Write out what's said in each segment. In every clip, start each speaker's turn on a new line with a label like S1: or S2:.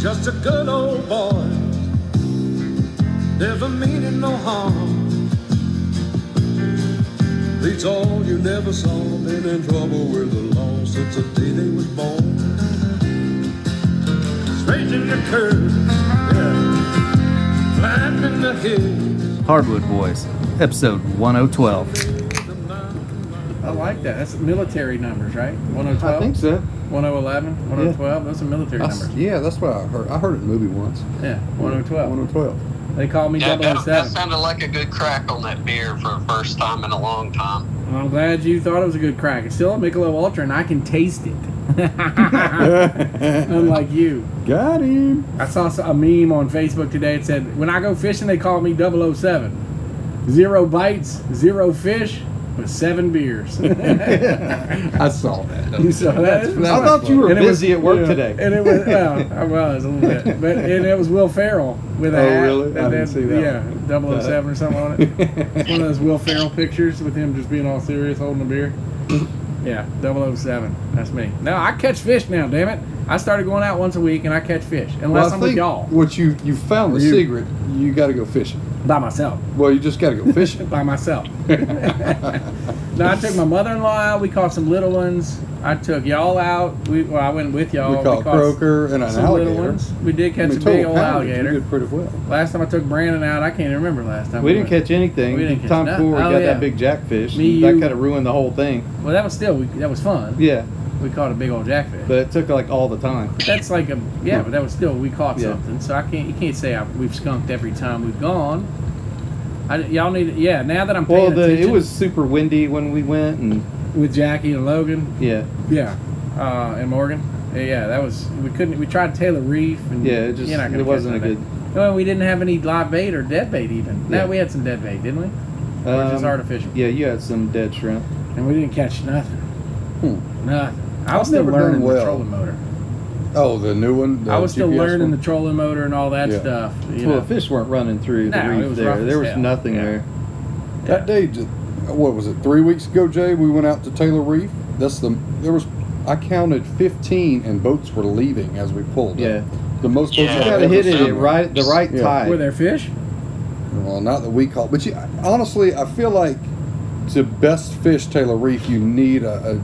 S1: just a good old boy, never meaning no harm. He told you never saw been in trouble with the law since the day they was born. Straight in the curve, yeah, climbing the hill.
S2: Hardwood Boys, episode 1012.
S3: I like that. That's military numbers, right? oh 112?
S4: I think so.
S3: 1011, 112. oh Those are military
S4: I s-
S3: numbers.
S4: yeah, that's what I heard. I heard it in a movie once.
S3: Yeah, 112.
S4: 112.
S3: They call me
S5: Yeah, that, that
S3: 007.
S5: sounded like a good crack on that beer for the first time in a long time.
S3: I'm glad you thought it was a good crack. It's still a Michelob Ultra, and I can taste it. Unlike you.
S4: Got him.
S3: I saw a meme on Facebook today. It said, When I go fishing, they call me 007. Zero bites, zero fish, but seven beers.
S4: I saw that.
S3: You saw that?
S4: I thought you were
S3: And it was-
S4: busy at work
S3: yeah,
S4: today.
S3: And it was, well, I was a little bit, but and it was Will Ferrell with a
S4: Oh,
S3: hat,
S4: really? I
S3: And
S4: didn't
S3: then,
S4: see that
S3: Yeah,
S4: one.
S3: 007 or something on it. One of those Will Ferrell pictures with him just being all serious, holding a beer. Yeah, 007. That's me. No, I catch fish now. Damn it! I started going out once a week, and I catch fish unless
S4: I
S3: I'm with
S4: think
S3: y'all
S4: what you you found the
S3: You-
S4: secret. You got to go fishing.
S3: by myself.
S4: Well, you just got to go fishing.
S3: by myself. no, I took my mother-in-law out. We caught some little ones. I took y'all out. We well, I went with y'all.
S4: We
S6: Oh,
S4: caught croaker and an
S3: some
S4: alligator.
S3: Little ones. We did catch
S4: I mean,
S3: a big
S4: total
S3: old
S4: poundage, you
S3: alligator.
S4: did pretty well.
S3: Last time I took Brandon out, I can't remember last time.
S6: We didn't
S3: went.
S6: catch anything.
S3: We didn't catch
S6: Tom
S3: nothing.
S6: Ford
S3: Oh,
S6: got
S3: yeah.
S6: that big jackfish.
S3: Me,
S6: that
S3: you-
S6: kind of ruined the whole thing.
S3: Well, that was still we, that was fun.
S6: Yeah,
S3: We caught a big old jackfish.
S6: but it took like all the time.
S3: That's like a yeah, but that was still we caught
S6: Yeah.
S3: something. So I can't you can't say I, we've skunked every time we've gone. I, y'all need yeah. Now that I'm paying
S6: Well, the, it
S3: attention
S6: was super windy when we went, and
S3: with Jackie and Logan.
S6: yeah,
S3: Yeah, uh, and Morgan. Yeah, that was we couldn't. We tried Taylor Reef, and
S6: yeah, it just
S3: you're not gonna
S6: it wasn't a
S3: catch
S6: good.
S3: nothing. Well, we didn't have any live bait or dead bait even. No,
S6: Yeah.
S3: we had some dead bait, didn't we? Or just
S6: um,
S3: artificial.
S6: Yeah, you had some dead shrimp.
S3: And we didn't catch nothing. Nothing. I was
S4: I've
S3: still
S4: never done
S3: learning the
S4: well.
S3: trolling motor.
S4: Oh, the new one. The
S3: I was still
S4: GPS
S3: learning
S4: one?
S3: the trolling motor and all that
S4: Yeah.
S3: stuff. You
S6: well,
S3: know.
S6: the fish weren't running through
S3: No,
S6: the
S3: it was
S6: reef
S3: rough
S6: there.
S3: as
S6: There was
S3: hell.
S6: nothing
S3: Yeah.
S6: there.
S4: That day, just, what was it? Three weeks ago, Jay, we went out to Taylor Reef. That's the there was. I counted 15, and boats were leaving as we pulled. up.
S6: Yeah,
S4: the most boats
S5: Yeah.
S6: you
S4: I've
S6: gotta
S4: ever
S6: hit it
S4: seen.
S6: at right the right
S4: Yeah.
S6: tide.
S3: Were there fish?
S4: Well, not that we caught, but you, honestly, I feel like to best fish Taylor Reef, you need a, a,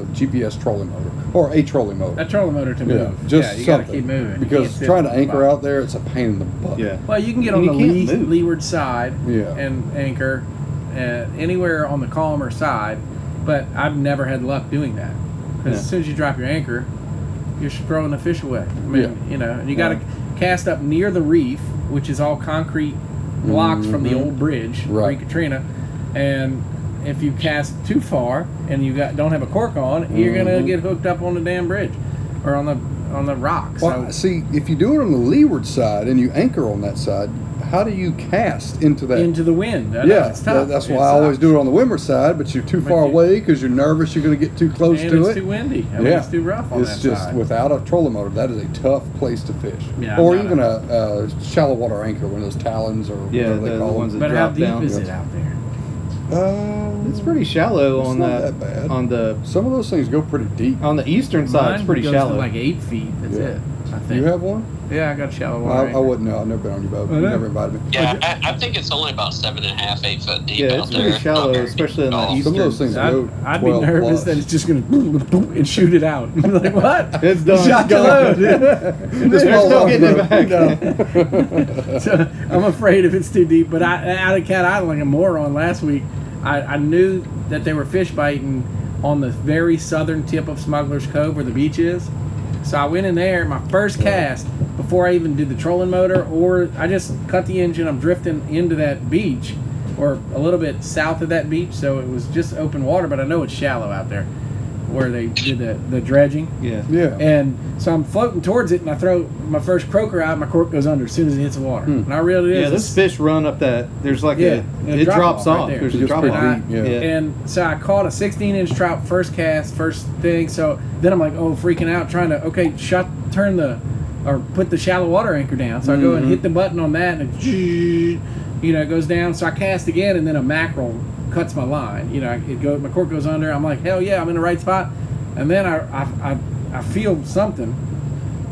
S4: a GPS trolling motor or a trolling motor.
S3: That trolling motor to
S4: yeah,
S3: move.
S4: just
S3: yeah, you
S4: something.
S3: gotta keep moving. You can't
S4: Because
S3: sit
S4: trying to
S3: on the
S4: anchor
S3: bottom.
S4: out there, it's a pain in the butt.
S6: Yeah,
S3: Well, you can get
S6: And
S3: on
S6: you
S3: the
S6: can't
S3: lee-
S6: move.
S3: leeward side
S4: Yeah.
S3: and anchor uh, anywhere on the calmer side, but I've never had luck doing that. 'Cause
S6: Yeah.
S3: as soon as you drop your anchor, you're just throwing the fish away. I mean,
S4: Yeah.
S3: you know, and you got to cast up near the reef, which is all concrete blocks from the
S4: Mhm.
S3: old bridge,
S4: Right.
S3: pre Katrina, and if you cast too far and you got don't have a cork on, you're gonna
S4: Mhm.
S3: get hooked up on the damn bridge or on the on the rocks.
S4: Well, see, if you do it on the leeward side and you anchor on that side, how do you cast into that?
S3: into the wind. I know,
S4: yeah,
S3: it's
S4: that-
S3: tough.
S4: that's
S3: It
S4: why I always
S3: sucks.
S4: do it on the windward side, but you're too
S3: But
S4: far
S3: you-
S4: away because you're nervous you're going to get too close
S3: and
S4: to
S3: it's
S4: it.
S3: too windy. I mean,
S4: Yeah.
S3: it's too rough on
S4: it's
S3: that
S4: just
S3: side.
S4: without a trolling motor, that is a tough place to fish.
S3: Yeah,
S4: or
S3: I'm not
S4: even a, a shallow water anchor, one of those talons or
S6: yeah,
S4: whatever
S6: the,
S4: they
S6: the
S4: call
S6: ones that
S3: but how
S6: drop
S3: deep
S6: down.
S3: is it out there?
S4: them. Uh,
S6: It's pretty shallow
S4: It's
S6: on
S4: not
S6: the
S4: that bad.
S6: on the
S4: Some of those things go pretty deep.
S6: on the eastern side. It's
S3: Mine
S6: pretty
S3: goes
S6: shallow.
S3: To like eight feet. That's
S4: Yeah.
S3: it. I think.
S4: You have one?
S3: yeah, I got a shallow water.
S4: I, I
S3: anchor.
S4: wouldn't know. I've never been on your boat.
S3: Oh,
S4: You
S3: yeah.
S4: never invited me.
S5: Yeah, I, I think it's only about seven and a half, eight foot deep
S6: Yeah,
S5: out
S6: it's
S5: there. Oh,
S6: pretty shallow,
S5: Not very
S6: especially
S5: deep
S6: on
S5: at
S6: the
S5: all.
S6: east.
S4: Oh, Some of those
S6: Eastern.
S4: things
S3: So I'd,
S4: go
S3: I'd be
S4: 12
S3: nervous
S4: plus.
S3: that it's just gonna and shoot it out. I'm like, what?
S6: It's done.
S3: Shot
S6: It's gone.
S4: This
S6: There's
S4: whole
S6: no
S4: lot of
S6: getting it
S4: boat.
S6: back.
S3: so I'm afraid if it's too deep. But I, out of Cat Island, like a moron last week, I, I knew that they were fish biting on the very southern tip of Smuggler's Cove where the beach is. So I went in there, my first cast, before I even did the trolling motor, or I just cut the engine. I'm drifting into that beach, or a little bit south of that beach. So it was just open water, but I know it's shallow out there where they did the, the dredging.
S6: Yeah.
S4: Yeah.
S3: And so I'm floating towards it, and I throw my first croaker out. My cork goes under as soon as it hits the water, and I reeled it in.
S6: Yeah, those fish run up that. There's like
S3: Yeah,
S6: a.
S3: a
S6: It
S3: drop off
S6: drops
S3: right
S6: off.
S3: there.
S6: There's
S4: It's
S6: a
S4: just
S6: drop
S4: pretty
S6: off.
S4: deep, yeah.
S3: And so I caught a 16 inch trout first cast, first thing. So then I'm like, oh, freaking out, trying to okay, shut, turn the, or put the shallow water anchor down. So I go and hit the button on that, and it, you know, it goes down. So I cast again, and then a mackerel cuts my line. You know, it go, my cork goes under. I'm like, hell yeah, I'm in the right spot. And then I, I, I, I feel something.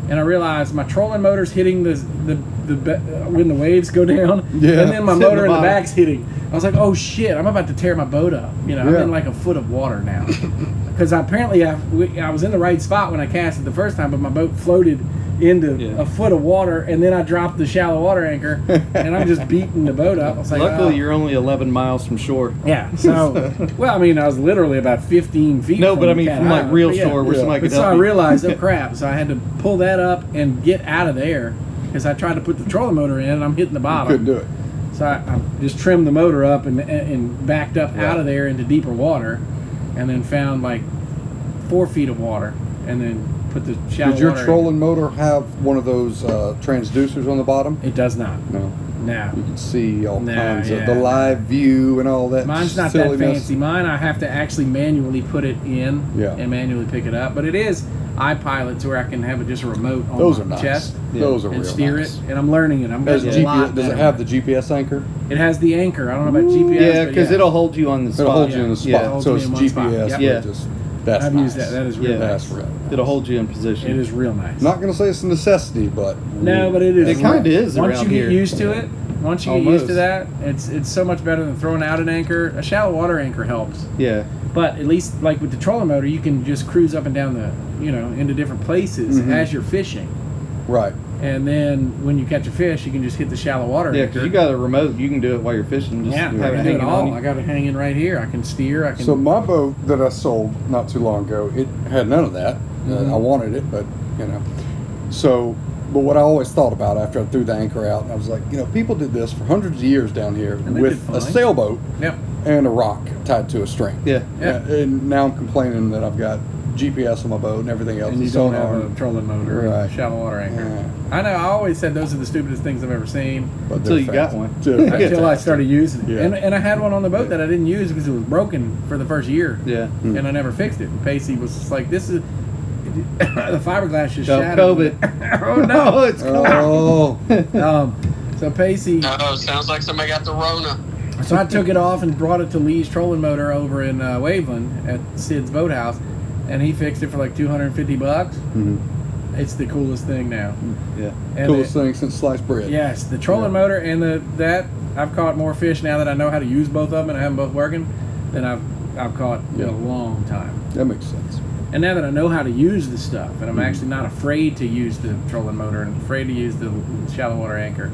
S3: and I realized my trolling motor's hitting the the, the be- uh, when the waves go down,
S4: Yeah.
S3: and then my
S6: It's hitting the
S3: motor in the
S6: bottom.
S3: back's hitting. I was like, oh shit, I'm about to tear my boat up. You know,
S4: Yeah.
S3: I'm in like a foot of water now, because apparently I we, I was in the right spot when I cast it the first time, but my boat floated into
S6: Yeah.
S3: a foot of water, and then I dropped the shallow water anchor, and I'm just beating the boat up. I was like,
S6: Luckily,
S3: "Oh."
S6: you're only 11 miles from shore.
S3: Yeah. So, well, I mean, I was literally about 15 feet.
S6: No,
S3: from
S6: but I
S3: the
S6: mean,
S3: cat
S6: from like
S3: eye,
S6: real
S3: but yeah.
S6: shore where
S4: yeah.
S6: somebody
S3: But
S6: could
S3: so I
S6: help you.
S3: realized, oh crap! So I had to pull that up and get out of there because I tried to put the trolling motor in, and I'm hitting the
S4: Couldn't
S3: bottom.
S4: do it.
S3: So I, I just trimmed the motor up and and backed up out of there into deeper water, and then found like four feet of water, and then put the shallow
S4: Did your
S3: water in.
S4: trolling motor have one of those uh, transducers on the bottom?
S3: It does not.
S4: No.
S3: No.
S4: You can see all
S3: Nah,
S4: kinds of
S3: yeah.
S4: the live view and all that.
S3: Mine's not that
S4: silliness.
S3: fancy. Mine, I have to actually manually put it in
S4: Yeah.
S3: and manually pick it up. But it is iPilot to where I can have it just a remote on
S4: Those
S3: my
S4: are nice.
S3: chest
S4: Those are
S3: and
S4: real
S3: steer
S4: nice.
S3: it. And I'm learning it. I'm
S4: Has
S3: getting a
S4: GPS,
S3: lot
S4: does it
S3: better.
S4: have the GPS anchor?
S3: It has the anchor. I don't know about GPS.
S6: yeah,
S3: but
S6: because it'll hold you on the spot.
S4: It'll hold you in the
S6: Yeah.
S4: spot,
S3: holds
S4: so
S3: me
S4: it's
S3: in one spot.
S4: GPS.
S3: Yep.
S4: but
S6: Yeah.
S4: Just, that's
S3: I've
S4: nice.
S3: used that. That is real
S6: Yeah.
S3: nice.
S4: That's real.
S6: It'll hold you in position.
S3: It is real nice.
S4: Not gonna say it's a necessity, but
S3: no, but it is.
S6: It
S3: real.
S6: kinda is
S3: Once
S6: around
S3: you
S6: here.
S3: get used to it, once you get used to
S6: Almost.
S3: that, it's it's so much better than throwing out an anchor. A shallow water anchor helps.
S6: Yeah.
S3: But at least, like with the trolling motor, you can just cruise up and down the, you know, into different places
S6: Mm-hmm.
S4: Mhm.
S3: as you're fishing.
S4: right.
S3: And then when you catch a fish, you can just hit the shallow water.
S6: Yeah,
S3: anchor.
S6: because you got a remote, you can do it while you're fishing. Just
S3: yeah, I
S6: have
S3: can
S6: it
S3: do it
S6: hanging on
S3: all.
S6: you.
S3: I got it hanging right here. I can steer. I can.
S4: So my boat that I sold not too long ago, it had none of that.
S3: Mm-hmm.
S4: Uh, I wanted it, but you know. So, but what I always thought about after I threw the anchor out, I was like, you know, people did this for hundreds of years down here
S3: And they
S4: with
S3: did
S4: a
S3: fine.
S4: sailboat
S3: yep.
S4: and a rock tied to a string.
S6: Yeah.
S3: Yeah.
S4: Uh, And now I'm complaining that I've got GPS on my boat and everything else.
S3: And you
S4: and
S3: don't
S4: sonar.
S3: have a trolling motor, or
S4: Right.
S3: shallow water anchor.
S4: Yeah.
S3: I know. I always said those are the stupidest things I've ever seen
S4: but
S6: Until
S4: they're
S6: you got
S4: fast.
S6: one.
S4: They're
S3: until I
S4: fantastic.
S3: started using it.
S4: Yeah.
S3: And, and I had one on the boat that I didn't use because it was broken for the first year.
S6: Yeah.
S4: Hmm.
S3: And I never fixed it. And Pacey was just like, "This is." the fiberglass just
S6: Oh,
S3: shattered.
S6: COVID.
S3: oh no!
S6: Oh, it's
S4: Oh,
S3: Um, so Pacey,
S5: Oh, sounds like somebody got the Rona.
S3: so I took it off and brought it to Lee's trolling motor over in uh, Waveland at Sid's boathouse, and he fixed it for like 250 bucks.
S4: Mhm.
S3: It's the coolest thing now.
S6: yeah.
S3: And
S4: coolest
S3: it-
S4: thing since sliced bread.
S3: Yes, the trolling motor and the that I've caught more fish now that I know how to use both of them and I have them both working than I've I've caught in a
S4: Yeah.
S3: long time.
S4: That makes sense.
S3: And now that I know how to use the stuff, and I'm
S4: Mm-hmm.
S3: actually not afraid to use the trolling motor and afraid to use the shallow water anchor,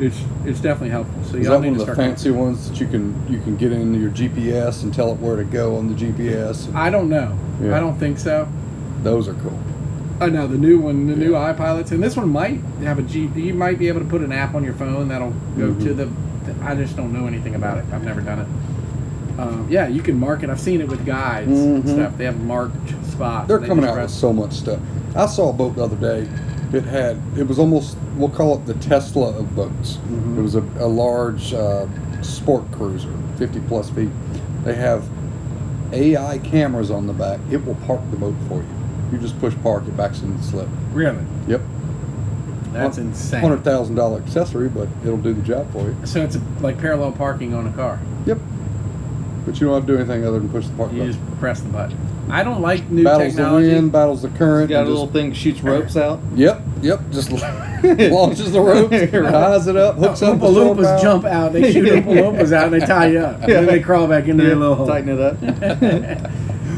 S3: it's it's definitely helpful. So
S4: Is
S3: y'all
S4: that
S3: need
S4: one
S3: to
S4: of the
S3: start.
S4: fancy ones that you can you can get into your GPS and tell it where to go on the GPS?
S3: I don't know.
S4: Yeah.
S3: I don't think so.
S4: Those are cool.
S3: I know Oh, the new one, the new iPilots, and this one might have a G. You might be able to put an app on your phone that'll go to
S4: Mm-hmm.
S3: the. I just don't know anything about it. I've never done it. Um, yeah, you can mark it. I've seen it with guides and
S4: Mhm.
S3: stuff. They have marked spots.
S4: They're
S3: They
S4: coming
S3: just
S4: out with
S3: rest-
S4: so much stuff. I saw a boat the other day. It had it was almost we'll call it the Tesla of boats.
S3: Mm-hmm.
S4: It was a, a large uh, sport cruiser, fifty plus feet. They have AI cameras on the back. It will park the boat for you. You just push park, it backs into the slip.
S3: Really,
S4: Yep.
S3: that's
S4: Hun-
S3: insane.
S4: Hundred thousand dollar accessory, but it'll do the job for you.
S3: So it's like parallel parking on a car.
S4: Yep. But you don't have to do anything other than push the park
S3: You
S4: button.
S3: just press the button. I don't like new
S4: battles
S3: technology.
S4: the wind, battles the current.
S6: It's got a
S4: and
S6: little thing that shoots ropes out.
S4: just- Yep, yep. Just launches the ropes, ties it up, hooks up. the
S3: Oompa
S4: storm
S3: Loompas
S4: power.
S3: jump out. They shoot Oompa Loompas out and they tie you up. And then they crawl back into their little hole.
S6: Tighten it up.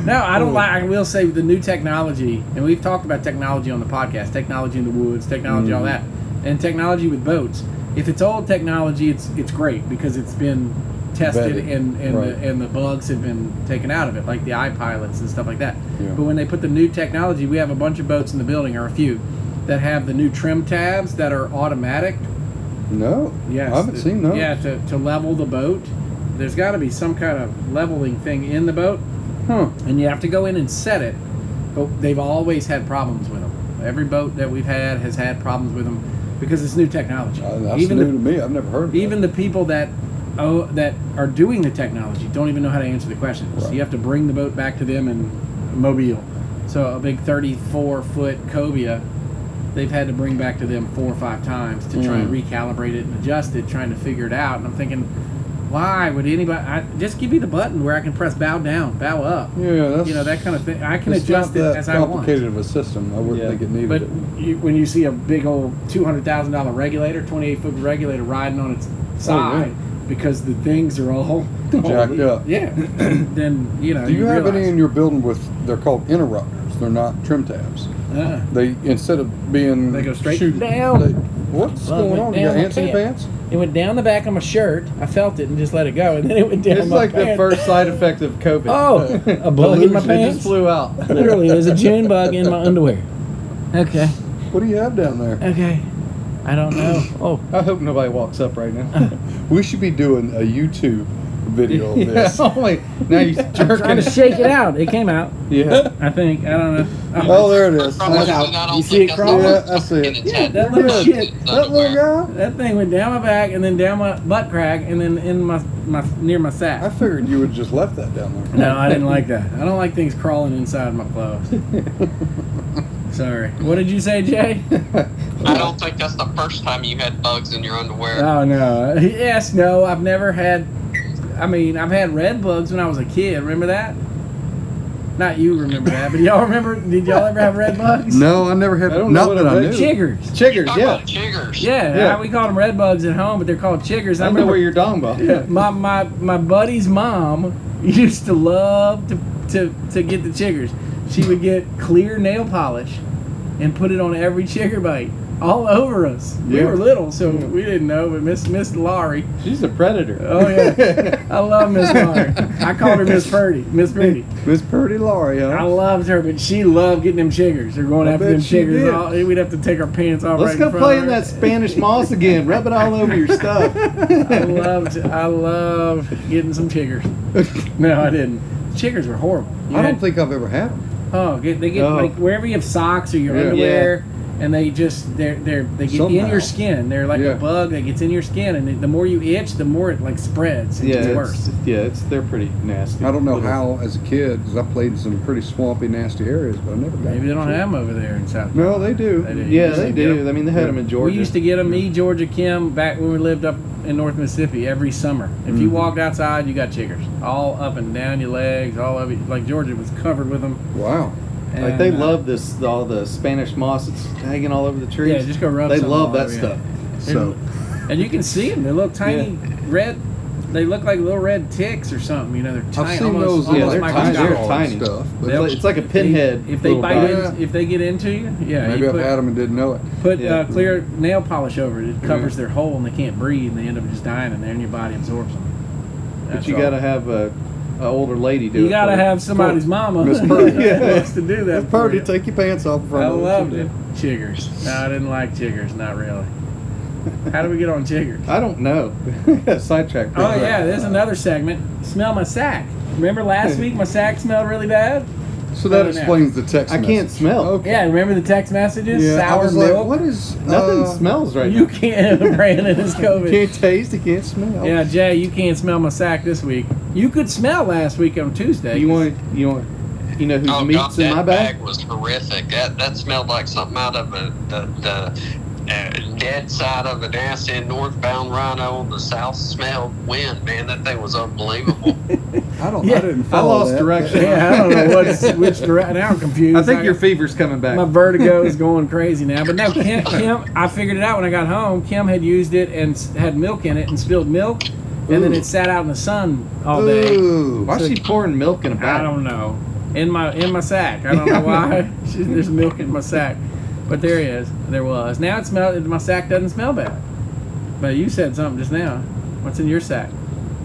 S3: No, I don't like. I will say with the new technology, and we've talked about technology on the podcast, technology in the woods, technology,
S4: Mm.
S3: all that, and technology with boats. If it's old technology, it's it's great because it's been tested
S4: Vetted,
S3: and and
S4: right.
S3: the, and the bugs have been taken out of it, like the iPilots and stuff like that.
S4: Yeah.
S3: But when they put the new technology, we have a bunch of boats in the building, or a few, that have the new trim tabs that are automatic.
S4: No,
S3: Yes.
S4: I haven't
S3: the-
S4: seen those.
S3: Yeah, to, to level the boat. There's got to be some kind of leveling thing in the boat
S4: Huh.
S3: and you have to go in and set it. But they've always had problems with them. Every boat that we've had has had problems with them because it's new technology.
S4: Uh, that's
S3: even
S4: new to
S3: the,
S4: me. I've never heard of that.
S3: even the people that oh that are doing the technology don't even know how to answer the questions. So
S4: Right.
S3: you have to bring the boat back to them in Mobile. So a big 34 foot cobia, they've had to bring
S4: Mm.
S3: back to them four or five times to try and recalibrate it and adjust it, trying to figure it out. And I'm thinking, Why would anybody? I, just give me the button where I can press bow down, bow up.
S4: Yeah, that's
S3: You know that kind of thing. I can
S4: it's
S3: adjust
S4: not
S3: it
S4: that
S3: as I want.
S4: complicated of a system. I wouldn't
S6: Yeah.
S4: think it needed
S3: But
S4: it.
S3: you, when you see a big old two hundred thousand dollar regulator, twenty eight foot regulator riding on its side because the things are all
S4: Oh, Jacked up.
S3: yeah, then you know.
S4: Do you, have any in
S3: realize,
S4: your building with? They're called interrupters. They're not trim tabs.
S3: uh,
S4: They instead of being
S3: They go straight
S4: shoot-
S3: down.
S4: they- what's
S3: Well, it
S4: going
S3: went
S4: on? You got
S3: down my
S4: ants in your
S3: pants.
S4: pants?
S3: it went down the back of my shirt. I felt it and just let it go, and then it went down
S6: It's
S3: my
S6: like the
S3: pants.
S6: first side effect of COVID.
S3: Oh, a bug in my
S6: Pollution. It just
S3: pants.
S6: flew out.
S3: Literally, there's a June bug in my underwear. Okay,
S4: What do you have down there?
S3: okay. I don't know. Oh,
S6: I hope nobody walks up right now.
S4: We should be doing a YouTube video of
S6: yeah,
S4: this.
S6: oh, wait. Now you're
S3: trying
S6: jerking.
S3: to shake it out. It came out.
S6: Yeah.
S3: I think. I don't know.
S4: Oh, there it
S5: That's
S4: is.
S5: probably
S3: out.
S5: not
S3: You
S5: on-
S3: see it
S5: that's
S3: crawling?
S5: not on
S4: Yeah, I see it.
S5: its
S3: Yeah,
S5: head.
S3: that little
S5: It's
S3: shit.
S4: That little
S5: underwear.
S4: guy.
S3: That thing went down my back and then down my butt crack and then in my my near my
S4: I
S3: sack.
S4: figured you would have just left that down there.
S3: No, I didn't like that. I don't like things crawling inside my clothes. Sorry. What did you say, Jay?
S5: I don't think that's the first time you had bugs in your underwear.
S3: Oh no. Yes, no. I've never had. I mean, I've had red bugs when I was a kid. Remember that? Not you remember that, but y'all remember? Did y'all ever have red bugs?
S4: No, I never had.
S6: I don't know
S4: not
S6: what
S4: that
S6: it
S4: I knew.
S6: is.
S3: Chiggers.
S6: Chiggers,
S5: Talk
S6: yeah.
S5: about chiggers.
S3: Yeah,
S6: Yeah.
S3: we called them red bugs at home, but they're called chiggers.
S6: I
S3: I
S6: know
S3: remember
S6: where you're talking about.
S3: my, my my buddy's mom used to love to, to to get the chiggers. She would get clear nail polish and put it on every chigger bite all over us. We
S6: Yeah.
S3: were little, so we didn't know. But Miss Miss Laurie,
S6: She's a predator.
S3: oh yeah, I love Miss Laurie. I called her Miss Purdy, Miss Purdy.
S4: Oh. Miss Purdy Laurie, huh?
S3: I loved her, but she loved getting them chiggers. They're going
S6: I
S3: after
S6: bet
S3: them
S6: she did.
S3: chiggers. All, we'd have to take our pants off.
S6: Let's
S3: right
S6: go
S3: in front
S6: play
S3: of
S6: in
S3: her.
S6: that Spanish moss again. Rub it all over your stuff.
S3: I loved I loved getting some chiggers. No, I didn't. Chiggers were horrible. You
S4: I
S3: had-
S4: don't think I've ever had them.
S3: Oh, get, they get
S6: Oh.
S3: like wherever you have socks or your
S4: Yeah.
S3: underwear, and they just they're they're they get in
S4: Somehow.
S3: your skin. They're like
S4: Yeah.
S3: a bug that gets in your skin, and the more you itch, the more it like spreads. and
S6: yeah,
S3: gets
S6: it's,
S3: worse.
S6: yeah, it's they're pretty nasty.
S4: I don't know
S6: Little-
S4: how, as a kid, because I played in some pretty swampy, nasty areas, but I never got
S3: Maybe they
S4: them.
S3: don't have them over there in South.
S4: No, they do.
S3: They do.
S6: Yeah,
S3: You
S6: they
S3: just
S6: do.
S3: get 'em.
S6: I mean, they had them in Georgia.
S3: We used to get them, me, Georgia, Kim, back when we lived up in North Mississippi every summer. If you
S4: Mm-hmm.
S3: walked outside, you got chiggers all up and down your legs, all over. Like Georgia was covered with them.
S4: Wow.
S6: like they
S3: And, uh,
S6: love this all the Spanish moss. It's hanging all over the trees.
S3: Yeah, just go rub
S6: They
S3: something
S6: love
S3: all
S6: that
S3: over, yeah.
S6: stuff.
S4: So,
S3: And you can see them. They look tiny red. They look like little red ticks or something. You know, they're tiny.
S4: I've seen
S3: almost,
S4: those. on
S6: yeah,
S3: almost
S6: they're
S4: like
S3: a
S6: tiny.
S4: Costco
S6: They're
S3: dog.
S4: and
S6: tiny.
S4: Stuff, but
S6: It's like, it's like a pinhead.
S3: If they
S6: little
S3: bite,
S6: guy.
S4: bite.
S3: in, if they get into you, yeah.
S4: maybe
S3: you
S4: I've
S3: put,
S4: had them and didn't know it.
S3: put
S6: Yeah. Mm-hmm.
S3: uh, clear nail polish over it. It covers their hole and they can't breathe, and they end up just dying in there, and your body absorbs them.
S6: but you gotta have a, a older lady do it.
S3: you gotta
S6: for
S3: have somebody's mama
S4: Miss
S3: who
S4: Purdy.
S3: wants to do that.
S4: It's
S3: for
S4: Purdy,
S3: you.
S4: take your pants off. in front
S3: I
S4: of them.
S3: loved it. Chiggers. No, I didn't like chiggers. Not really. How do we get on chiggers?
S6: I don't know. Sidetrack.
S3: Oh yeah, there's
S4: Uh,
S3: another segment. Smell my sack. Remember last week my sack smelled really bad?
S4: So that
S3: Oh, now.
S4: explains the text.
S6: I can't
S4: message.
S6: smell.
S4: Okay.
S3: Yeah, remember the text messages?
S4: Yeah, I
S3: Sour
S4: was
S3: milk.
S4: like, what is
S6: Nothing
S4: uh,
S6: smells right
S3: You
S6: now.
S3: can't Brandon is COVID.
S6: Can't taste. You can't smell.
S3: Yeah, Jay, you can't smell my sack this week. You could smell last week on Tuesday.
S6: You want? You want? You know whose
S5: Oh,
S6: meat's
S5: God,
S6: in
S5: that
S6: my
S5: bag? was horrific. That that smelled like something out of a, the the uh, dead side of an acid northbound rhino on the south smell wind. Man, that thing was unbelievable.
S4: I don't.
S3: Yeah,
S4: I didn't
S6: I
S4: follow
S6: lost
S4: that.
S6: direction.
S3: Yeah, I don't know what's which direction. Now I'm confused.
S6: I think your fever's coming back.
S3: my vertigo is going crazy now. But no, Kim, Kim, I figured it out when I got home. Kim had used it and s- had milk in it and spilled milk, and then
S4: Ooh.
S3: it sat out in the sun all day.
S4: Ooh,
S6: Why is she pouring milk in a
S3: I
S6: bag?
S3: don't know. In my in my sack. I don't know why. There's milk in my sack, but there is. There was. Now it smells. My sack doesn't smell bad. But you said something just now. What's in your sack?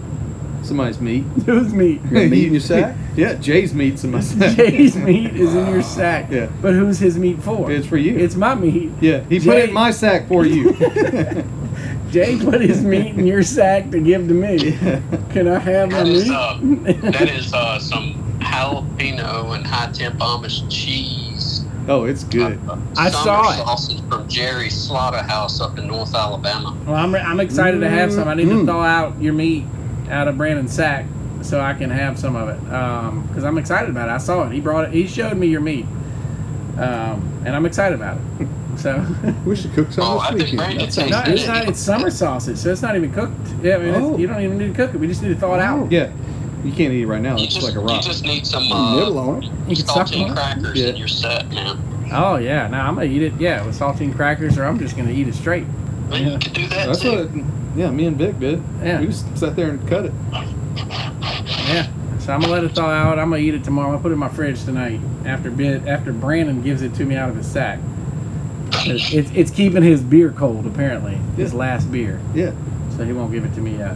S6: Somebody's meat.
S3: It was meat.
S4: got meat in your sack?
S6: yeah, Jay's meat's in my sack.
S3: Jay's meat is in your sack.
S6: Yeah.
S3: But who's his meat for?
S6: It's for you.
S3: It's my meat.
S6: yeah, he put it
S3: Jay-
S6: in my sack for you.
S3: Jay put his meat in your sack to give to me. Can I have my
S5: that is
S3: meat?
S5: uh, that is uh, some jalapeno and high temp Amish cheese.
S6: Oh, it's good.
S5: Uh,
S3: I
S5: summer
S3: saw it.
S5: Sausage from Jerry's Slaughterhouse up in North Alabama.
S3: Well, I'm, I'm excited to have some. I need to
S4: Mm.
S3: thaw out your meat out of Brandon's sack so I can have some of it. Because I'm um, excited about it. I saw it. He brought it. He showed me your meat, um, and I'm excited about it. So
S4: We should cook some
S5: Oh, I
S4: this
S5: think Brandon
S4: weekend. That sounds
S3: no,
S5: tastes
S4: good.
S3: it's not. It's summer sausage, so it's not even cooked. Yeah, I mean, it's-
S4: Oh.
S3: you don't even need to cook it. We just need to thaw it out.
S6: Yeah, you can't eat it right now.
S5: You
S6: It's
S5: just,
S6: like a
S5: you
S6: rock.
S5: just need some
S4: Nibble
S5: uh,
S4: on it.
S3: You can suck
S5: saltine
S3: them up.
S5: crackers
S6: Yeah.
S5: and you're set, man.
S3: Oh yeah, now I'm gonna eat it. Yeah, with saltine crackers, or I'm just gonna eat it straight.
S5: Man, you could do that
S6: That's
S5: too.
S6: what. Yeah, me and Vic did.
S3: Yeah.
S6: We just sat there and cut it.
S3: Yeah. So I'm gonna let it thaw out. I'm gonna eat it tomorrow. I put it in my fridge tonight after bit after Brandon gives it to me out of his sack. It's, it's, it's keeping his beer cold apparently. His last beer,
S6: Yeah.
S3: so he won't give it to me yet.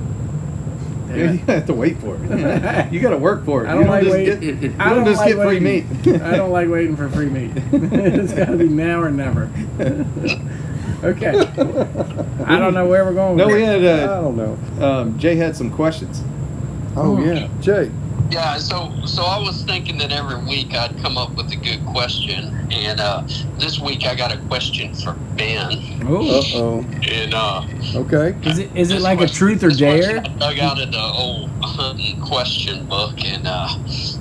S3: Damn it.
S6: Yeah, you have to wait for it. you got to work for it.
S3: I
S6: You
S3: don't like
S6: just
S3: wait-
S6: get, you
S3: I
S6: don't
S3: don't
S6: just
S3: like
S6: get free
S3: waiting.
S6: meat.
S3: I don't like waiting for free meat. it's got to be now or never. okay. I don't know where we're going.
S6: No,
S3: with
S6: we
S3: this.
S6: had
S4: I
S6: uh,
S4: don't know.
S6: um, Jay had some questions.
S4: Oh yeah, Jay.
S5: Yeah, so so I was thinking that every week I'd come up with a good question, and uh, this week I got a question for Ben,
S4: Uh
S3: Ooh.
S4: oh.
S5: and uh,
S4: Okay.
S3: Is it is it
S5: this
S3: like a
S5: question-
S3: truth or
S5: this
S3: dare?
S5: question I dug out of the old hunting question book, and uh,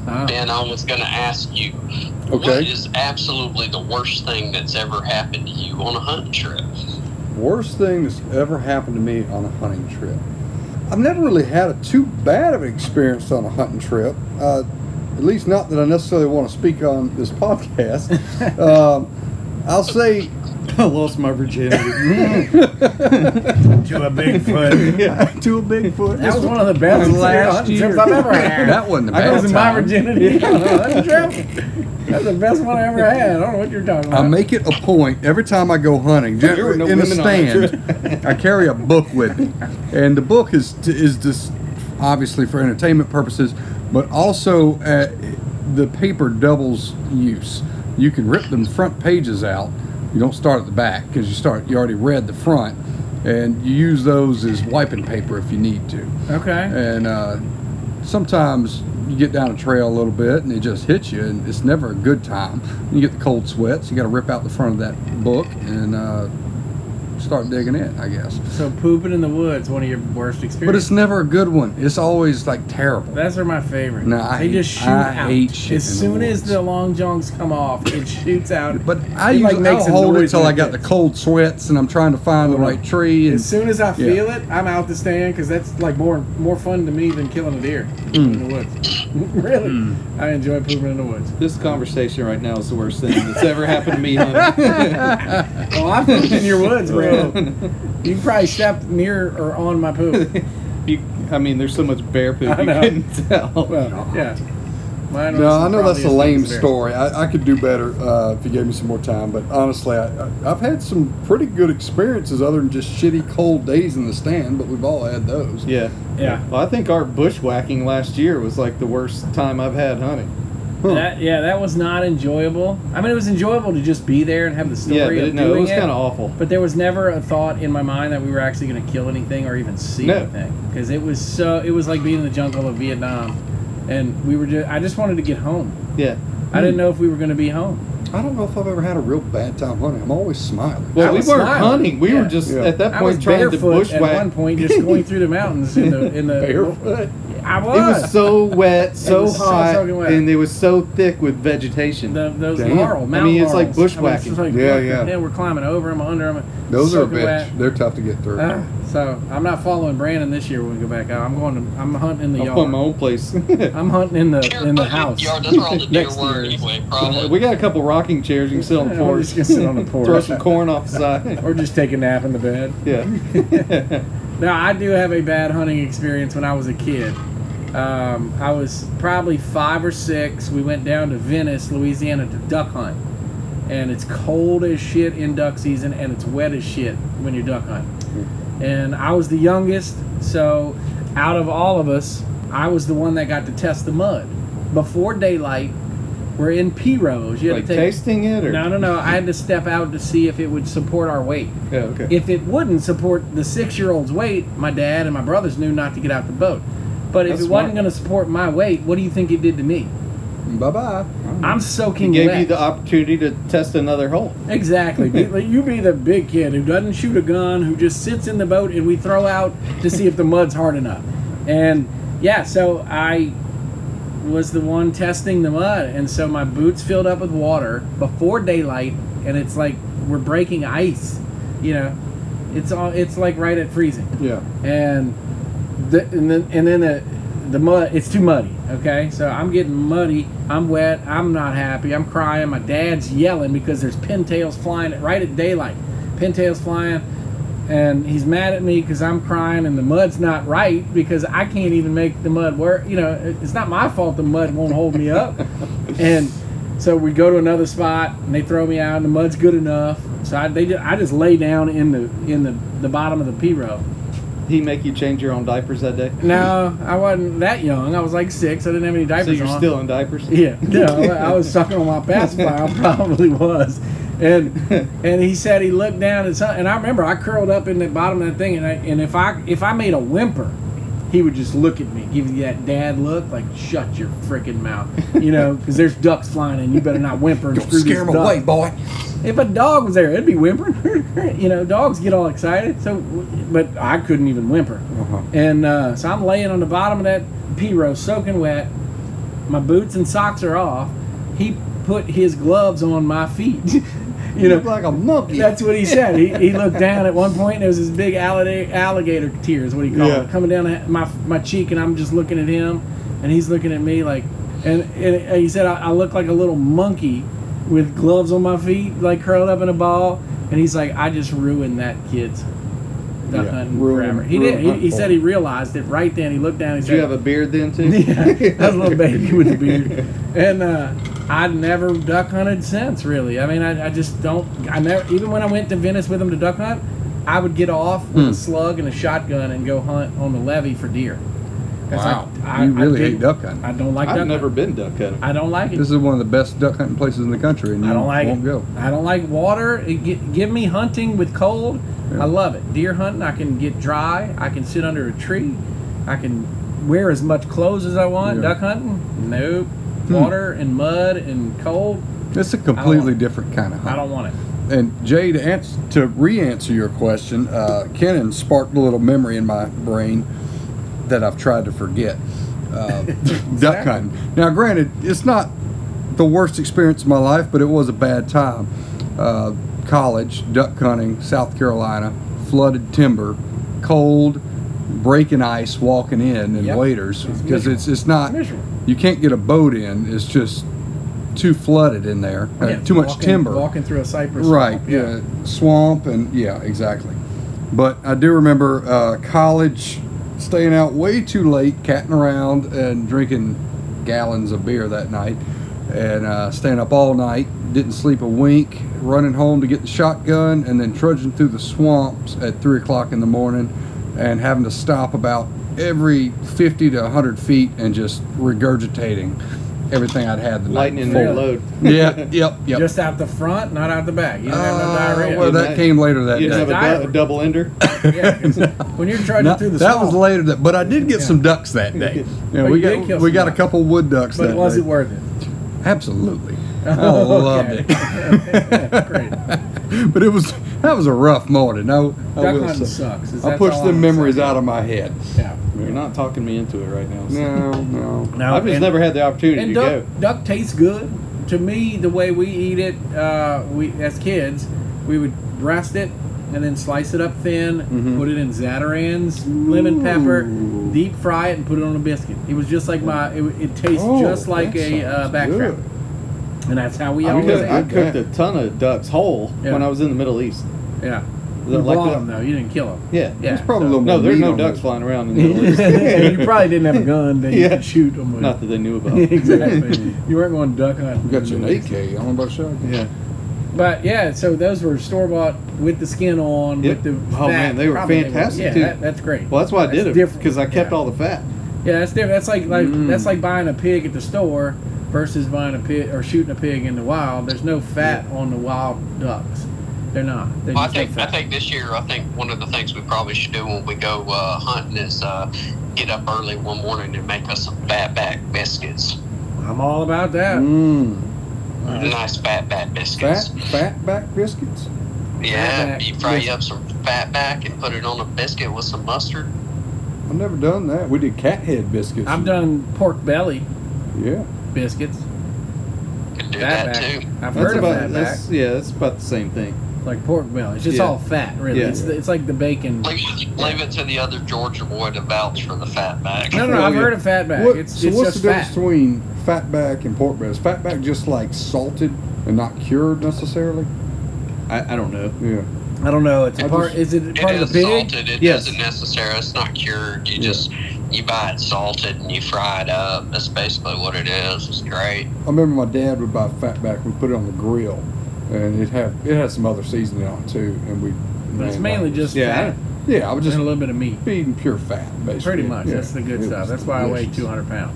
S3: Ah.
S5: Ben, I was going to ask you, what
S4: Okay.
S5: is absolutely the worst thing that's ever happened to you on a hunting trip?
S4: Worst thing that's ever happened to me on a hunting trip. I've never really had a too bad of an experience on a hunting trip. Uh, at least not that I necessarily want to speak on this podcast. um, I'll say
S6: I lost my virginity.
S3: To a Bigfoot.
S4: to a Bigfoot.
S3: That was one of the best last trips I've ever had.
S2: That wasn't the
S3: I
S2: bad
S3: was in my
S2: time.
S3: virginity. on a hunting trip. That's the best one I ever had. I don't know what you're talking
S4: I
S3: about.
S4: make it a point every time I go hunting
S6: There were no
S4: in a
S6: women on that
S4: stand. I carry a book with me, and the book is is just obviously for entertainment purposes, but also uh, the paper doubles use. You can rip the front pages out. You don't start at the back because you start you already read the front, and you use those as wiping paper if you need to.
S3: okay.
S4: And uh, sometimes you get down a trail a little bit and it just hits you, and it's never a good time. You get the cold sweats. You got to rip out the front of that book and uh, start digging in, I guess.
S3: So pooping in the woods, one of your worst experiences.
S4: But it's never a good one. It's always like terrible.
S3: That's are my favorite.
S4: No, I
S3: they just
S4: hate-
S3: shoot
S4: I
S3: out.
S4: hate shit
S3: as
S4: in the
S3: soon as
S4: woods.
S3: the long johns come off, it shoots out.
S4: But I
S3: It, like,
S4: usually
S3: makes
S4: I'll
S3: a
S4: hold it
S3: noise
S4: till
S3: when
S4: I
S3: it
S4: got the
S3: hits.
S4: cold sweats and I'm trying to find the
S3: Uh-huh.
S4: right tree.
S3: as
S4: And
S3: soon as I feel it, I'm out the stand because that's like more more fun to me than killing a deer
S4: Mm.
S3: in the woods. really, I enjoy pooping in the woods.
S6: this conversation right now is the worst thing that's ever happened to me, honey.
S3: Oh, I've pooped in your woods, bro. You probably stepped near or on my poop.
S6: you, I mean, there's so much bear poop
S3: I
S6: you
S3: know.
S6: couldn't tell.
S3: Well, yeah. Mine
S4: No,
S3: was
S4: I know
S3: probably
S4: that's a
S3: as
S4: lame
S3: big as theirs.
S4: story. I, I could do better uh, if you gave me some more time. But honestly, I, I, I've had some pretty good experiences other than just shitty cold days in the stand. But we've all had those.
S6: yeah.
S3: Yeah.
S6: Well, I think our bushwhacking last year was like the worst time I've had hunting.
S4: Huh.
S3: That yeah, that was not enjoyable. I mean, it was enjoyable to just be there and have the story
S6: yeah,
S3: of
S6: but
S3: doing
S6: no, it was
S3: it.
S6: kind of awful.
S3: But there was never a thought in my mind that we were actually going to kill anything or even see
S6: No.
S3: anything because it was so. It was like being in the jungle of Vietnam, and we were just. I just wanted to get home.
S6: Yeah.
S3: I
S6: Hmm.
S3: didn't know if we were going to be home.
S4: I don't know if I've ever had a real bad time hunting. I'm always smiling.
S6: Well,
S3: I
S6: we
S3: was
S6: weren't
S3: smiling.
S6: hunting. We
S3: Yeah.
S6: were just
S4: Yeah.
S6: at that
S3: I was
S6: point trying to
S3: barefoot at
S6: bushwhack.
S3: one point, just going through the mountains in the in the.
S4: Barefoot.
S3: I
S6: It was so wet, so
S3: was so
S6: hot,
S3: fucking wet.
S6: and it was so thick with vegetation.
S3: The, those
S4: Damn.
S3: laurel,
S6: I
S3: mount
S6: mean, it's like
S3: laurels. I mean, it's
S6: bushwhacking.
S3: just like-
S4: Yeah, yeah.
S3: we're climbing over them, under them.
S4: Those are a bitch. They're tough to get through.
S3: Ah, so I'm not following Brandon this year when we go back out. I'm going to. I'm hunting in the
S6: I'll
S3: yard.
S6: find my own place.
S3: I'm hunting in the Uh, in the
S5: Your
S3: house.
S5: Yard, that's where all the deer
S6: Next year.
S5: were anyway, probably.
S6: we got a couple rocking chairs you can sit on the
S3: Yeah, we're
S6: porch.
S3: just gonna sit on the porch.
S6: Throw some corn off the side.
S3: Or just take a nap in the bed.
S6: yeah.
S3: Now I do have a bad hunting experience when I was a kid. Um, I was probably five or six. We went down to Venice, Louisiana, to duck hunt, and it's cold as shit in duck season, and it's wet as shit when you duck hunt. And I was the youngest, so out of all of us, I was the one that got to test the mud before daylight. We're in P rows. You had
S6: like
S3: to take
S6: tasting it or
S3: No, no, no. I had to step out to see if it would support our weight.
S6: Yeah, okay.
S3: If it wouldn't support the six-year-old's weight, my dad and my brothers knew not to get out the boat. But if
S6: That's
S3: it
S6: smart.
S3: wasn't going to support my weight, what do you think it did to me?
S4: Bye bye.
S3: I'm
S6: He
S3: soaking
S6: gave
S3: wet.
S6: you the opportunity to test another hole.
S3: exactly. Be- like, you be the big kid who doesn't shoot a gun, who just sits in the boat, and we throw out to see if the mud's hard enough. And yeah, so I was the one testing the mud, and so my boots filled up with water before daylight, and it's like we're breaking ice. You know, it's all it's like right at freezing,
S4: Yeah.
S3: and the, and then and then the the mud it's too muddy. Okay, so I'm getting muddy. I'm wet. I'm not happy. I'm crying. My dad's yelling because there's pintails flying at, right at daylight. Pintails flying. And he's mad at me because I'm crying and the mud's not right because I can't even make the mud work. You know, it- it's not my fault the mud won't hold me up. and so we go to another spot and they throw me out and the mud's good enough. So I, they, ju- I just lay down in the in the, the bottom of the P row.
S6: He make you change your own diapers that day?
S3: No, I wasn't that young. I was like six. I didn't have any diapers
S6: So you're
S3: on.
S6: still in diapers?
S3: Yeah, no, I was sucking on my pacifier. I probably was. And and he said he looked down at something, and I remember I curled up in the bottom of that thing, and I, and if I if I made a whimper, he would just look at me, give you that dad look, like shut your freaking mouth, you know, because there's ducks flying, and you better not whimper and
S4: Don't
S3: screw
S4: scare
S3: these
S4: him
S3: ducks.
S4: away, boy.
S3: If a dog was there, it'd be whimpering. you know, dogs get all excited. So, but I couldn't even whimper.
S4: Uh-huh.
S3: And uh, so I'm laying on the bottom of that P row, soaking wet. My boots and socks are off. He put his gloves on my feet. you know,
S6: look like a monkey.
S3: that's what he said. He, he looked down at one point and it was his big alligator, alligator tears, what he called
S6: Yeah.
S3: it, coming down at my my cheek, and I'm just looking at him, and he's looking at me like, and, and he said I, I look like a little monkey with gloves on my feet, like curled up in a ball, and he's like I just ruined that kid's duck
S4: Yeah,
S3: hunting
S4: ruined-
S3: forever. He
S4: ruined
S3: did. He,
S4: hunt
S3: he
S4: for
S3: said
S4: him.
S3: he realized it right then. He looked down. He
S6: Did
S3: said,
S6: you have a beard then too?
S3: yeah, I was a little baby with a beard, and uh, I never duck hunted since. Really, I mean, I, I just don't. I never even when I went to Venice with him to duck hunt, I would get off
S4: Hmm.
S3: with a slug and a shotgun and go hunt on the levee for deer. 'Cause
S4: Wow. You really hate
S3: didn't-
S4: duck hunting.
S3: I don't like
S6: I've
S3: duck.
S6: never
S3: hunting.
S6: been duck hunting.
S3: I don't like it.
S4: This is one of the best duck hunting places in the country, and you
S3: I don't like
S4: Mm, won't
S3: it.
S4: go.
S3: I don't like water. It gi- give me hunting with cold. I love it. Deer hunting, I can get dry. I can sit under a tree. I can wear as much clothes as I want.
S4: Yeah. Hmm.
S3: Duck hunting, nope. Water and mud and cold,
S4: It's a completely different kind of hunt.
S3: I don't want it.
S4: And Jay, to, ans- to re-answer your question, uh, Kenan sparked a little memory in my brain that I've tried to forget. Uh, Duck hunting. Now, granted, it's not the worst experience of my life, but it was a bad time. Uh, college, duck hunting, South Carolina, flooded timber, cold, breaking ice, walking in, and
S3: Yep.
S4: waders because
S3: miserable.
S4: it's it's not
S3: Miserable.
S4: you can't get a boat in. It's just too flooded in there, uh,
S3: Yeah,
S4: too much
S3: walking-
S4: timber.
S3: Walking through a cypress.
S4: Right.
S3: swamp,
S4: Yeah. Swamp and yeah, exactly. But I do remember uh, college staying out way too late, catting around and drinking gallons of beer that night, and uh, staying up all night, didn't sleep a wink, running home to get the shotgun, and then trudging through the swamps at three o'clock in the morning, and having to stop about every 50 to 100 feet and just regurgitating everything I'd had the
S6: Lightning in
S4: night before.
S6: your load.
S4: Yeah, yep, yep.
S3: Just out the front, not out the back. You don't
S4: Uh,
S3: have no diarrhea.
S4: Well,
S6: You
S4: that
S6: didn't-
S4: came later
S3: Uh,
S4: that
S6: You
S4: day.
S6: didn't have a,
S3: Diarrhea.
S6: du- a double ender?
S3: Yeah, 'cause when you're trudging
S4: No,
S3: through the
S4: that
S3: swamp,
S4: was later that, but I did get
S3: Yeah.
S4: some ducks that day. Yeah,
S3: But
S4: we
S3: you did
S4: got
S3: kill
S4: we
S3: some
S4: got a
S3: ducks.
S4: couple wood ducks
S3: but
S4: that
S3: was
S4: day.
S3: it worth it?
S4: Absolutely, I loved
S3: Great.
S4: it. But it was that was a rough morning. No, I,
S3: Duck
S4: will
S3: hunting
S4: say.
S3: sucks. is
S4: I
S3: that's
S4: pushed
S3: all
S4: the
S3: I'm
S4: memories
S3: saying.
S4: out of my head.
S3: Yeah.
S6: You're not talking me into it right now. so-
S4: No, no.
S3: No,
S6: I've just
S3: and-
S6: never had the opportunity
S3: And
S6: to
S3: duck,
S6: go.
S3: duck tastes good. To me, the way we eat it, uh, we as kids, we would breast it and then slice it up thin,
S6: Mm-hmm.
S3: put it in Zatarans, lemon pepper, deep fry it, and put it on a biscuit. It was just like my. It, it tastes
S4: Oh,
S3: just like
S4: that
S3: a uh,
S4: sounds
S3: back
S4: good.
S3: trap, and that's how we
S6: I
S3: always
S6: cooked, I
S3: ate. it.
S6: cooked a ton of ducks whole
S3: Yeah.
S6: when I was in the Middle East.
S3: Yeah,
S6: Is
S3: you
S6: that like
S3: bought
S6: that?
S3: them though. You didn't kill them.
S6: Yeah.
S4: There's probably a little
S6: No,
S4: more
S6: there's
S4: meat
S6: no
S4: on
S6: ducks
S4: it.
S6: flying around in the Middle East.
S3: you probably didn't have a gun that you
S6: Yeah.
S3: could shoot them with.
S6: Not that they knew about.
S3: exactly. You weren't going duck hunting.
S4: You got your AK. I don't know about shotgun.
S6: Yeah.
S3: But yeah, so those were store bought with the skin on,
S6: Yep.
S3: with the
S6: Oh,
S3: fat.
S6: man, they were
S3: Probably
S6: fantastic,
S3: yeah,
S6: too.
S3: that- that's great.
S6: Well, that's why I
S3: That's
S6: did it
S3: different.
S6: because I kept
S3: Yeah.
S6: all the fat.
S3: Yeah, that's different. That's like like
S6: Mm.
S3: that's like buying a pig at the store versus buying a pig or shooting a pig in the wild. There's no fat on the wild ducks. They're not. They
S5: Well, I
S3: just
S5: think
S3: no
S5: I
S3: fat.
S5: think this year I think one of the things we probably should do when we go uh, hunting is uh, get up early one morning and make us some fat back biscuits.
S3: I'm all about that.
S6: Mm.
S4: Mmm.
S5: Nice fat back biscuits.
S4: Fat fat back biscuits.
S5: Yeah,
S3: Fatback
S5: you fry
S3: bis-
S5: up some fat back and put it on a biscuit with some mustard.
S4: I've never done that. We did cat head biscuits.
S3: I've done pork belly
S4: Yeah.
S3: biscuits.
S5: Could do
S3: Fat
S5: that
S3: back.
S5: too.
S3: I've
S6: That's
S3: heard
S6: about
S3: of that
S6: that's, yeah, that's about the same thing.
S3: like pork belly. It's just
S6: Yeah.
S3: all fat, really.
S6: Yeah.
S3: It's, the- it's like the bacon.
S5: Leave,
S3: Mm-hmm.
S5: leave it to the other Georgia boy to vouch for the fat back.
S3: No, no, no,
S4: Well,
S3: I've
S4: yeah.
S3: heard of fatback.
S4: What-
S3: it's
S4: so
S3: it's
S4: what's
S3: just
S4: the
S3: fat.
S4: difference between fatback and pork belly? Is fatback just like salted and not cured necessarily?
S6: I, I don't know.
S4: Yeah.
S3: I don't know. It's
S4: I
S3: part.
S4: just-
S3: is it
S5: It
S3: part of
S5: is
S3: the pig?
S5: salted. It
S6: Yes.
S5: doesn't necessarily. It's not cured. You just you buy it salted and you fry it up. That's basically what it is. It's great.
S4: I remember my dad would buy fatback. We put it on the grill, and it had it had some other seasoning on it too. And we.
S3: But it's
S4: man,
S3: mainly
S4: like-
S3: just
S6: Yeah.
S3: fat
S4: Yeah, I was just
S3: and a little bit of meat.
S4: feeding pure fat, basically.
S3: Pretty much.
S4: Yeah.
S3: That's the
S4: It
S3: good
S4: was
S3: stuff. That's why I weigh
S4: delicious.
S3: 200 pounds.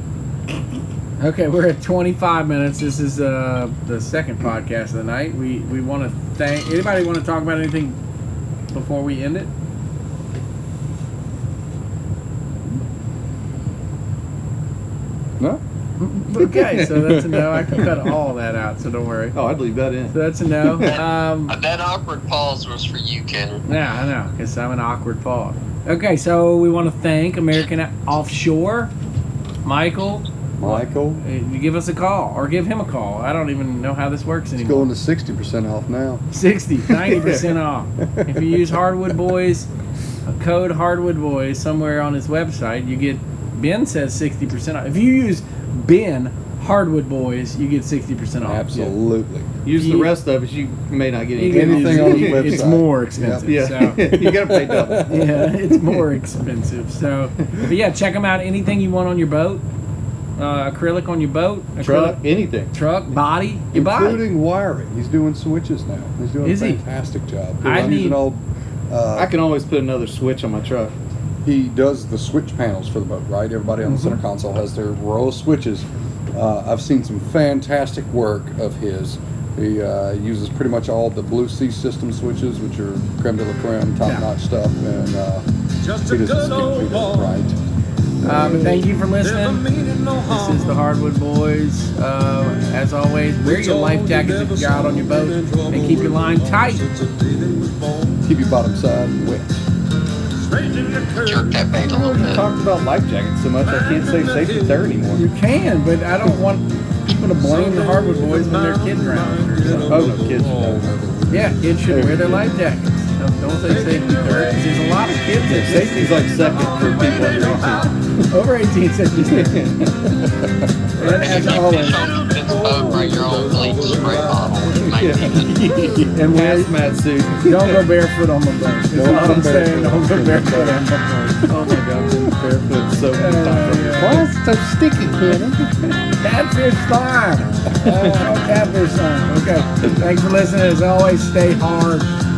S3: Okay, we're at 25 minutes. This is uh, the second podcast of the night. We we want to thank anybody want to talk about anything before we end it.
S4: No.
S3: Okay, so that's a no. I can cut all that out, so don't worry.
S6: Oh, I'd leave that in.
S3: So that's a no. Um,
S5: Uh, That awkward pause was for you, Kenner.
S3: Yeah, I know, because I'm an awkward Paul. Okay, so we want to thank American Offshore, Michael.
S4: Michael,
S3: uh, You give us a call or give him a call. I don't even know how this works
S4: it's
S3: anymore.
S4: going to sixty percent off now.
S3: 60, 90% off. If you use Hardwood Boys, a code Hardwood Boys somewhere on his website, you get Ben says 60% off. If you use Ben Hardwood Boys, you get 60% off.
S4: Absolutely.
S6: Use the
S3: You-
S6: rest of it. You may not get
S3: You
S6: any.
S3: get-
S4: Anything on his
S3: it's- It's
S4: website.
S3: more expensive.
S6: Yeah,
S3: So.
S6: you gotta pay double.
S3: yeah, it's more expensive. So, but yeah, check them out. Anything you want on your boat, uh, acrylic on your boat, acrylic
S6: Truck, anything.
S3: truck, body, your body.
S4: Including wiring. He's doing switches now. He's doing
S3: Is
S4: a
S3: he?
S4: fantastic job.
S3: I
S4: He's
S3: need-
S4: using all, uh,
S6: I can always put another switch on my truck.
S4: he does the switch panels for the boat, right? Everybody on the
S1: Mm-hmm.
S4: center console has their row of switches. Uh, I've seen some fantastic work of his. He uh, uses pretty much all the Blue Sea system switches, which are creme de la creme, top notch stuff, and uh,
S1: Just
S4: he
S1: a good
S4: does his he
S1: old
S4: does it
S1: boy.
S4: right.
S3: Uh, but thank you for
S1: Never
S3: listening.
S1: meaning no
S3: This
S1: harm.
S3: is the Hardwood Boys. Uh, as always, wear
S1: Wear
S3: your life jackets if you got on your boat, and keep your line tight.
S4: Keep your bottom side wet.
S5: Jerk that bait a
S6: I
S5: little
S6: don't
S5: bit.
S6: talk about life jackets so much I can't say safety third anymore.
S3: You can, but I don't want people to blame the Hardwood Boys when their kid drowns. or something.
S6: Oh no, kids. No.
S3: Yeah, kids should wear their life jackets. Don't, don't say safety first. 'cause There's a lot of kids that
S6: Safety's like second for people under
S3: Over 18 said just and
S6: 18.
S5: If
S3: as
S5: you
S3: always,
S5: fish on the fence boat, bring your own bleach spray bottle. It may be the-
S3: and wear,
S6: Hazmat suit.
S3: don't go barefoot on the boat. That's
S4: Don't
S3: all
S4: go
S3: I'm saying.
S4: barefoot.
S3: Don't go barefoot on the boat. Oh my God.
S6: Barefoot soap.
S3: Uh,
S4: it's so sticky, Kenny?
S3: catfish farm. Oh, catfish farm. Okay. Thanks for listening. As always, stay hard.